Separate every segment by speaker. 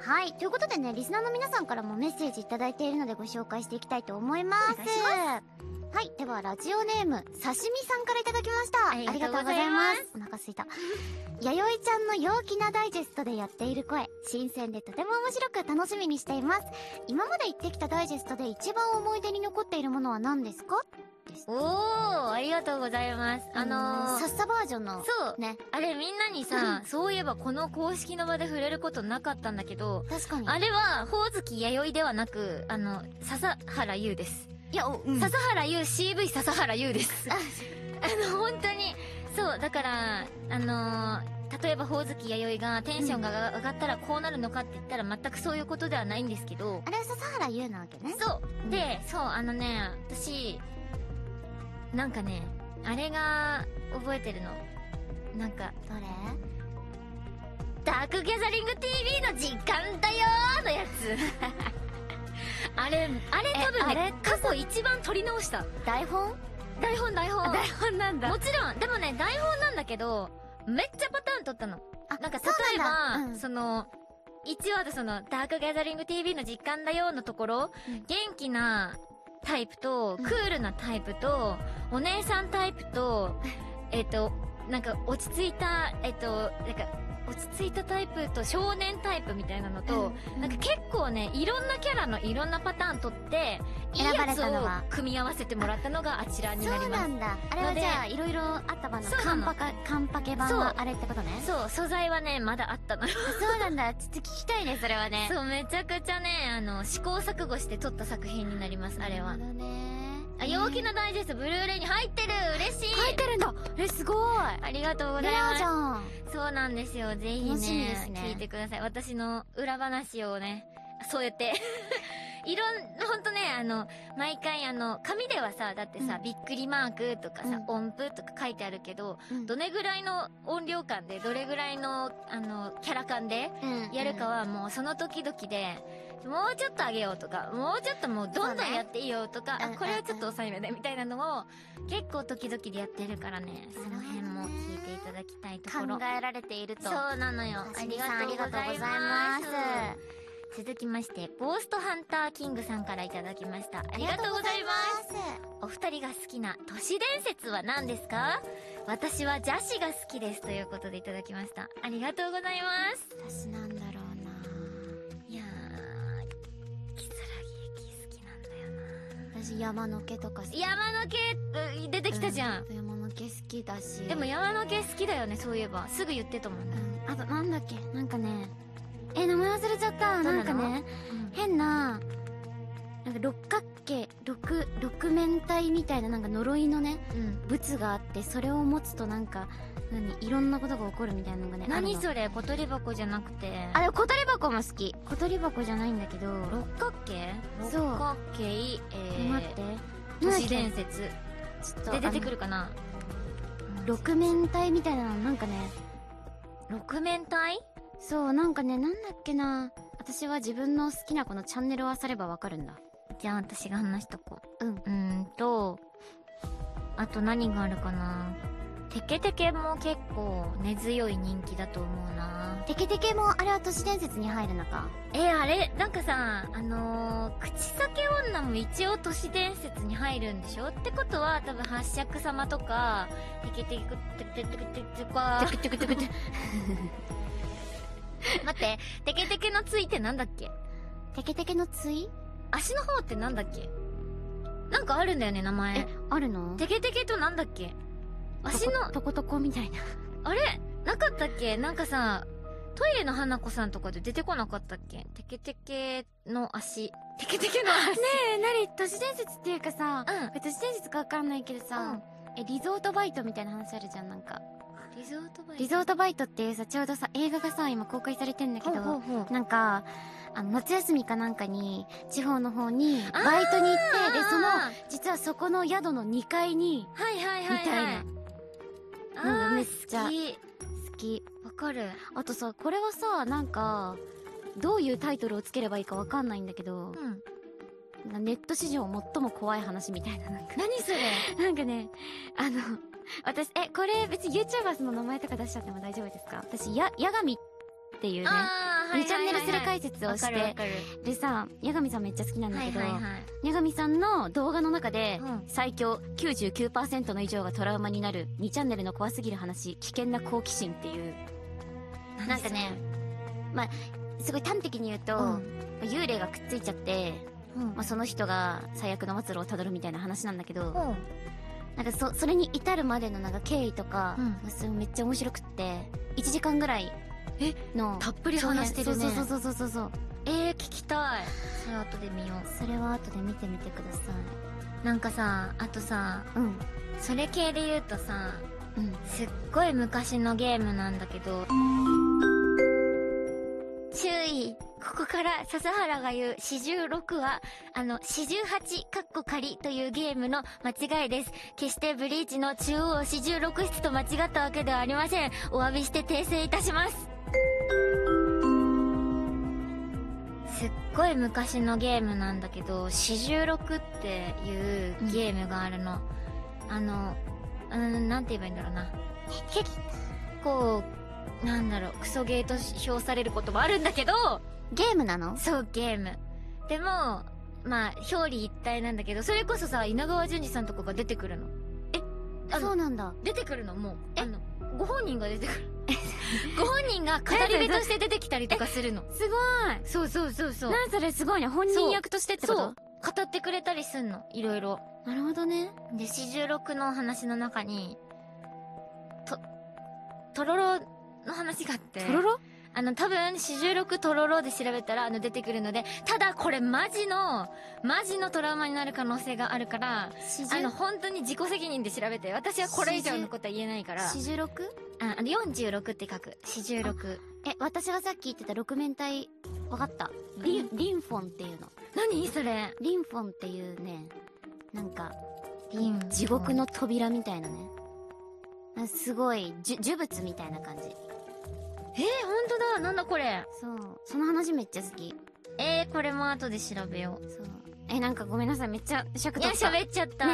Speaker 1: はいということでねリスナーの皆さんからもメッセージ頂いただいているのでご紹介していきたいと思います
Speaker 2: お願いし
Speaker 1: はいではラジオネーム刺身さんからいただきました
Speaker 2: ありがとうございます
Speaker 1: お腹すい た弥生ちゃんの陽気なダイジェストでやっている声新鮮でとても面白く楽しみにしています今まで行ってきたダイジェストで一番思い出に残っているものは何ですかです
Speaker 2: おーありがとうございますあのー、
Speaker 1: さっさバージョンの
Speaker 2: そう
Speaker 1: ね
Speaker 2: あれみんなにさ、そういえばこの公式の場で触れることなかったんだけど、
Speaker 1: 確かに
Speaker 2: あれは、ほおずき弥生ではなく、あの、笹原優です。
Speaker 1: いやお、うん
Speaker 2: 笹原優、CV 笹原優です。
Speaker 1: あ
Speaker 2: あの、本当に、そう、だから、あのー例えばほおずき弥生がテンションが上がったらこうなるのかって言ったら全くそういうことではないんですけど、
Speaker 1: あれは笹原優なわけね
Speaker 2: そう。で、そう、あのね、私、なんかね、あれが覚えてるの。なんか、
Speaker 1: どれ
Speaker 2: ダークギャザリング TV の時間だよーのやつあれあれ多分
Speaker 1: えあ
Speaker 2: ね過去一番撮り直した
Speaker 1: 台本
Speaker 2: 台本台本
Speaker 1: 本なん
Speaker 2: もちろんでもね台本なんだけどめっちゃパターン撮ったの
Speaker 1: あ
Speaker 2: なんか例
Speaker 1: そう
Speaker 2: えば
Speaker 1: な
Speaker 2: そ,、
Speaker 1: んだうん
Speaker 2: の一話でその「ダークギャザリング TV の実感だよ」のところ、
Speaker 1: うん
Speaker 2: 元気なタイプと、
Speaker 1: うん
Speaker 2: クールなタイプとお姉さんタイプとえっとなんか落ち着いたえっとなんか落ち着いたタイプと少年タイプみたいなのと、
Speaker 1: うん
Speaker 2: なんか結構ねいろんなキャラのいろんなパターン取っていい
Speaker 1: 選ば
Speaker 2: や
Speaker 1: れ
Speaker 2: つ
Speaker 1: たの
Speaker 2: を
Speaker 1: は
Speaker 2: 組み合わせてもらったのがあちらにな
Speaker 1: そ
Speaker 2: り
Speaker 1: うな
Speaker 2: ます
Speaker 1: んだあれは
Speaker 2: ので
Speaker 1: じゃあいろいろあった版の
Speaker 2: そう
Speaker 1: カ
Speaker 2: な
Speaker 1: ン
Speaker 2: の
Speaker 1: パカカンパケ版はあれってことね
Speaker 2: そう素材はねまだあったの
Speaker 1: あそうなんだちょっと聞きたいねそれはね
Speaker 2: そう、めちゃくちゃね、あの、試行錯誤して撮った作品になります、あれは
Speaker 1: な。るほどね
Speaker 2: あ、陽気
Speaker 1: な
Speaker 2: なダイジェスト、ブルーレイに入ってる嬉しい
Speaker 1: 書いてるんだえすごい
Speaker 2: ありがとうござ
Speaker 1: レ
Speaker 2: い
Speaker 1: ア
Speaker 2: ま
Speaker 1: じ
Speaker 2: す。
Speaker 1: ゃん
Speaker 2: そうなんですよ、ぜひ
Speaker 1: 楽しみで
Speaker 2: ね
Speaker 1: すね
Speaker 2: 聞いてください。私の裏話をね、そうやって。 いろん、ほんとね、あの、毎回あの、紙ではさ、だってさ、
Speaker 1: うん
Speaker 2: びっくりマークとかさ、
Speaker 1: う
Speaker 2: 音符とか書いてあるけど、
Speaker 1: うん
Speaker 2: どれぐらいの音量感で、どれぐらいの、あの、キャラ感で、
Speaker 1: うん
Speaker 2: やるかはもうその時々で、もうちょっとあげようとか、もうちょっともうどんどんやっていいよとか、
Speaker 1: そうね
Speaker 2: あこれはちょっと抑えめでみたいなのを結構時々でやってるからね、その辺も聞いていただきたいところ
Speaker 1: 考。えられていると
Speaker 2: そうなのよ。あ
Speaker 1: しみ
Speaker 2: り
Speaker 1: さんありがとうござ
Speaker 2: がとうござ
Speaker 1: い
Speaker 2: い
Speaker 1: ま
Speaker 2: ますす。続きまして、ゴーストハンターキングさんからいただきました。ありがとうございます。
Speaker 1: す
Speaker 2: お二人が好きな都市伝説は何ですか私は邪視が好きですということでいただきました。ありがとうございます。
Speaker 1: 私なんだろうない
Speaker 2: やー、キサラギ駅好きなんだよな。
Speaker 1: 私山の毛とか好き
Speaker 2: 山の毛、う出てきたじゃん。
Speaker 1: うん山の毛好きだし
Speaker 2: でも山の毛好きだよね、そういえば。すぐ言ってたもんね。
Speaker 1: うんあとなんだっけなんかねえ名前忘れちゃった
Speaker 2: どう
Speaker 1: な
Speaker 2: なん
Speaker 1: か
Speaker 2: の
Speaker 1: ね変ななんか六角形六六面体みたいななんか呪いのね
Speaker 2: うん。
Speaker 1: 物があってそれを持つとなんか何いろんなことが起こるみたいなのがね
Speaker 2: 何
Speaker 1: れ
Speaker 2: それ小鳥箱じゃなくて。
Speaker 1: あでも小鳥箱も好き小鳥箱じゃないんだけど
Speaker 2: 六角形
Speaker 1: そう
Speaker 2: 六角形、え
Speaker 1: 待って
Speaker 2: ー、
Speaker 1: なん
Speaker 2: 都
Speaker 1: だっ
Speaker 2: 市
Speaker 1: け
Speaker 2: 伝説。
Speaker 1: ちょっと
Speaker 2: で出てく
Speaker 1: る
Speaker 2: るかな
Speaker 1: 六面体みたいなのなんかね
Speaker 2: 六面体
Speaker 1: そうなんかねなんだっけな私は自分の好きな子のチャンネルを漁ればわかるんだ
Speaker 2: じゃあ私が話しとこう。
Speaker 1: うん
Speaker 2: うーんと、あと何があるかなテケテケも結構根強い人気だと思うな。
Speaker 1: テケテケもあれは都市伝説に入るのか
Speaker 2: えーあれなんかさあのー、口裂け女も一応都市伝説に入るんでしょってことは多分八尺様とかテケテケテケテケテケテケか
Speaker 1: テクテクテ クテク
Speaker 2: 待ってテケテケのついてなんだっけ
Speaker 1: テケテケのつい
Speaker 2: 足の方ってなんだっけなんかあるんだよね名前
Speaker 1: えあるの
Speaker 2: テケテケとなんだっけ足の
Speaker 1: トコトコみたいな
Speaker 2: あれなかったっけなんかさトイレの花子さんとかで出てこなかったっけテケテケの足テケテケの足
Speaker 1: ねえ何都市伝説っていうかさ
Speaker 2: う
Speaker 1: 都
Speaker 2: ん
Speaker 1: 市伝説かわかんないけどさ、えリゾートバイトみたいな話あるじゃんなんか
Speaker 2: リゾートバイト
Speaker 1: リゾートバイトっていうさちょうどさ映画がさ今公開されてんだけど
Speaker 2: ほうほうほう
Speaker 1: なんかあの夏休みかなんかに地方の方にバイトに行ってでその
Speaker 2: は
Speaker 1: 実はそこの宿の2階に
Speaker 2: いはいはい、はい、
Speaker 1: みたいな
Speaker 2: あ
Speaker 1: うん
Speaker 2: ー
Speaker 1: めっちゃ
Speaker 2: 好き
Speaker 1: 好き
Speaker 2: わかる
Speaker 1: あとさこれはさなんかどういうタイトルをつければいいかわかんないんだけど
Speaker 2: うん
Speaker 1: ネット史上最も怖い話みたいななんか
Speaker 2: 何それ
Speaker 1: なんかねあの私えこれ別に YouTuber の名前とか出しちゃっても大丈夫ですか私や八神っていうね
Speaker 2: ああはいはいはいはい
Speaker 1: チャンネルする解説を
Speaker 2: わ
Speaker 1: し
Speaker 2: かるわ
Speaker 1: て
Speaker 2: かる。
Speaker 1: るさん、矢神さんめっちゃ好きなんだ
Speaker 2: は
Speaker 1: け
Speaker 2: い
Speaker 1: ど、
Speaker 2: はいはい。
Speaker 1: 矢神さんの動画の中で、
Speaker 2: うん
Speaker 1: 最強99%の以上がトラウマになる2チャンネルの怖すぎる話、危険な好奇心っていう、なんかね、まあ、すごい端的に言うと、
Speaker 2: うん。
Speaker 1: 幽霊がくっついちゃって、
Speaker 2: うん
Speaker 1: まあ、その人が最悪の末路をたどるみたいな話なんだけど、
Speaker 2: ほう
Speaker 1: なんかそ、それに至るまでのなんか経緯とか、
Speaker 2: う
Speaker 1: それめっちゃ面白くって、1時間ぐらい
Speaker 2: え
Speaker 1: の、
Speaker 2: たっぷり話してるね。
Speaker 1: そうそうそうそうそうそう。
Speaker 2: えー、聞きたい。それ後で見よ
Speaker 1: それは後で見てみてくださ
Speaker 2: う。なんかさ、あとさ、
Speaker 1: い。うん。
Speaker 2: それ系で言うとさ、
Speaker 1: うん。
Speaker 2: すっごい昔のゲームなんだけど。注意ここから笹原が言う四十六は、あの、四十八カッコ仮というゲームの間違いです。決してブリーチの中央四十六室と間違ったわけではありません。お詫びして訂正いたします。すっごい昔のゲームなんだけど、四十六っていうゲームがあるの。あの、うん、なんて言えばいいんだろうな。結構、なんだろう、クソゲーと評されることもあるんだけど、
Speaker 1: ゲームなの
Speaker 2: そう、ゲーム。でも、まあ、表裏一体なんだけど、それこそさ、稲川淳二さんとかが出てくるの。え、あ
Speaker 1: そ
Speaker 2: の
Speaker 1: う、なんだ。
Speaker 2: 出てくるのもう、あの、ご本人が出てくる。 ご本人が語り部として出てきたりとかするの。
Speaker 1: すごい
Speaker 2: そうそうそうそう。
Speaker 1: 何それすごいね。本人役としてってこ
Speaker 2: そ
Speaker 1: と
Speaker 2: う。語ってくれたりすんの、いろいろ。
Speaker 1: なるほどね。
Speaker 2: で、四十六の話の中に、と、とろろの話があって。
Speaker 1: とろろ
Speaker 2: あの、多分、四十六とろろで調べたら、あの、出てくるので、ただ、これ、マジの、マジのトラウマになる可能性があるから、
Speaker 1: 四
Speaker 2: あ
Speaker 1: 十
Speaker 2: の、本当に自己責任で調べて、私はこれ以上のことは言えないから、
Speaker 1: 四十六
Speaker 2: あ、あの、46って書く。四十六。
Speaker 1: え、私がさっき言ってた六面体、わかった。リン、リンフォンっていうの。
Speaker 2: 何それ
Speaker 1: リンフォンっていうね、なんか、
Speaker 2: リンフォン
Speaker 1: 地獄の扉みたいなね。あすごい、じゅ呪物みたいな感じ。
Speaker 2: えー、本当だなんだこれ
Speaker 1: そう。その話めっちゃ好き。
Speaker 2: えー、これも後で調べよう。
Speaker 1: そう。え、なんかごめんなさい。めっちゃ尺
Speaker 2: い
Speaker 1: 取
Speaker 2: や、
Speaker 1: った。
Speaker 2: 喋っちゃった。
Speaker 1: ね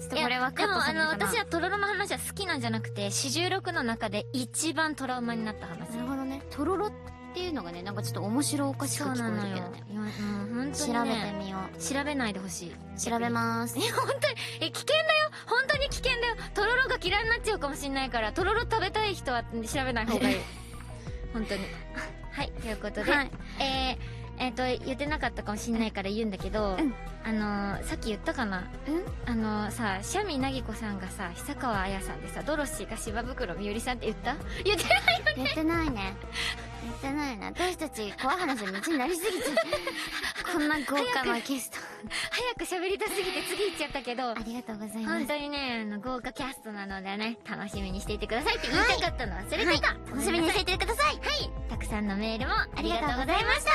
Speaker 1: ちょっとこれはカットさ
Speaker 2: い
Speaker 1: れ
Speaker 2: や
Speaker 1: る
Speaker 2: で
Speaker 1: か
Speaker 2: も
Speaker 1: な
Speaker 2: あの私はとろろの話は好きなんじゃなくて四十六の中で一番トラウマになった話
Speaker 1: なるほどね。とろろっていうのがね、なんかちょっと面白おかしく
Speaker 2: そう
Speaker 1: 聞
Speaker 2: な
Speaker 1: こ
Speaker 2: の
Speaker 1: える
Speaker 2: よ
Speaker 1: けどね。
Speaker 2: いやもう本当
Speaker 1: 調
Speaker 2: に
Speaker 1: べて
Speaker 2: ね
Speaker 1: みよう。
Speaker 2: 調べないでほしい
Speaker 1: 調べます。
Speaker 2: え危険だよ本当に危険だよとろろが嫌いになっちゃうかもしれないからとろろ食べたい人は調べない 方がいい本当にはいということで、
Speaker 1: はい
Speaker 2: えー、えっ、と言ってなかったかもしれないから言うんだけど、
Speaker 1: うん
Speaker 2: あのーさっき言ったかな
Speaker 1: うん
Speaker 2: あのーさシャミナギコさんがさ久川綾さんでさドロシーが芝袋みゆりさんって言った言ってない
Speaker 1: 言ってないね。言ってないね。私たち怖い話の道になりす ぎちゃう。こんな豪華なゲスト。
Speaker 2: 早く喋りたすぎて次行っちゃったけど
Speaker 1: ありがとうございま
Speaker 2: 本
Speaker 1: す。
Speaker 2: 当にね、あの、豪華キャストなのでね、楽しみにしていてくださいって言いたかったの忘れてた。
Speaker 1: はい楽しみにしていてください。はい。
Speaker 2: たくさんのメールもありがとうございました。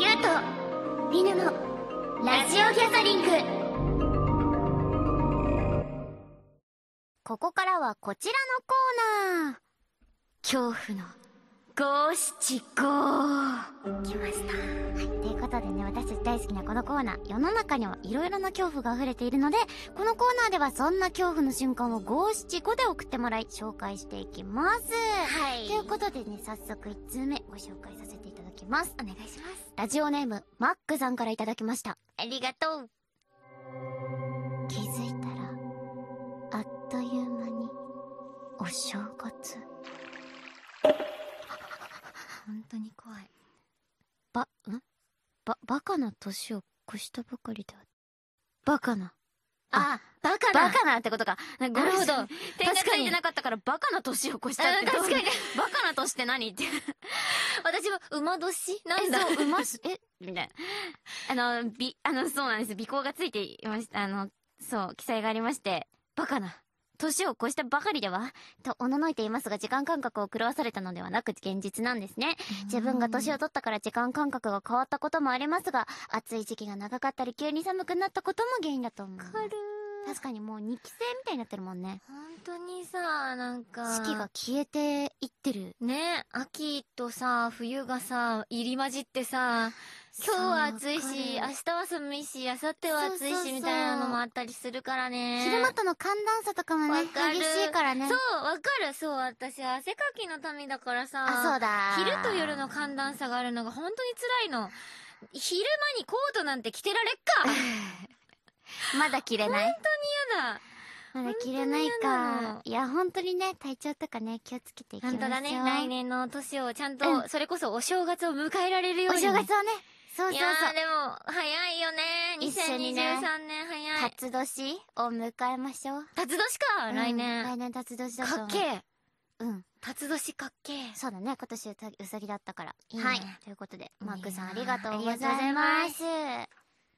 Speaker 1: ゆうと、みんなの、ラジオギャザリング。ここからはこちらのコーナー。恐怖の
Speaker 2: 五七五。
Speaker 1: 来ました。はい。ということでね、私たち大好きなこのコーナー、世の中にはいろいろな恐怖が溢れているので、このコーナーではそんな恐怖の瞬間を五七五で送ってもらい、紹介していきます。
Speaker 2: はい。
Speaker 1: ということでね、早速1通目ご紹介させていただきます。
Speaker 2: お願いします。
Speaker 1: ラジオネーム、マックさんからいただきました。
Speaker 2: ありがとう。
Speaker 1: 気づいたら、あっという間に、お正月。
Speaker 2: 本当に怖い。
Speaker 1: ば、んば、バカな年を越したばかりでは、バカな。
Speaker 2: あ、バカ
Speaker 1: バ
Speaker 2: だ。
Speaker 1: カなってことか。な
Speaker 2: なるほど。
Speaker 1: 確
Speaker 2: 点がつ
Speaker 1: か
Speaker 2: い
Speaker 1: に
Speaker 2: てな
Speaker 1: なかったからバカな年を越した
Speaker 2: か
Speaker 1: っ。
Speaker 2: ってた。確 かに。。
Speaker 1: バカな年って何って。
Speaker 2: 私も馬年なんだ。
Speaker 1: え、そう、馬し、え、みたいな。あの、び、あの、そうなんです。尾行がついていました。あの、そう、記載がありまして、バカな。年を越したばかりではと、おののいていますが、時間感覚を狂わされたのではなく、現実なんですね。自分が年を取ったから時間感覚が変わったこともありますが、暑い時期が長かったり、急に寒くなったことも原因だと思う。
Speaker 2: わかる。
Speaker 1: 確かにもう日記性みたいになってるもんね。
Speaker 2: 本当にさ、なんか。
Speaker 1: 四季が消えていってる。
Speaker 2: ね、秋とさ、冬がさ、入り混じってさ、今日は暑いし、
Speaker 1: わ
Speaker 2: 明
Speaker 1: かる
Speaker 2: 日は寒いし、明後日は暑い
Speaker 1: そうそうそ
Speaker 2: し、
Speaker 1: う
Speaker 2: みたいなのもあったりするからね。
Speaker 1: 昼間との寒暖差とかもね、
Speaker 2: わかる
Speaker 1: 激しいからね。
Speaker 2: そう、わかる。そう、私、汗かきの民だからさ、
Speaker 1: あ、そうだ。
Speaker 2: 昼と夜の寒暖差があるのが本当に辛いの。昼間にコートなんて着てられっか
Speaker 1: まだ着れない。
Speaker 2: やだ
Speaker 1: まだ着れない
Speaker 2: 本当に嫌な
Speaker 1: か
Speaker 2: の。
Speaker 1: いや、本当にね、体調とかね、気をつけていきましょ
Speaker 2: 本
Speaker 1: う。
Speaker 2: 当だね。来。年の年をちゃん
Speaker 1: う
Speaker 2: と、それこそお正月を迎えられるよ
Speaker 1: お
Speaker 2: うにね。
Speaker 1: 正月をね、そうそう
Speaker 2: い
Speaker 1: そ
Speaker 2: やー
Speaker 1: う。
Speaker 2: でも、早いよね。
Speaker 1: 一緒に
Speaker 2: 2023
Speaker 1: ね
Speaker 2: 年早い。
Speaker 1: 辰年を迎えましょう。
Speaker 2: 辰年か、来
Speaker 1: うん
Speaker 2: 年。
Speaker 1: 来年辰年だと
Speaker 2: か
Speaker 1: 思う。
Speaker 2: っけえ。
Speaker 1: うん。
Speaker 2: 辰年かっけえ。
Speaker 1: そうだね。今年うさうさぎだったから。
Speaker 2: いいね
Speaker 1: はい。ということで、マークさんありがとうござい
Speaker 2: ありがとうござい
Speaker 1: ま。
Speaker 2: ます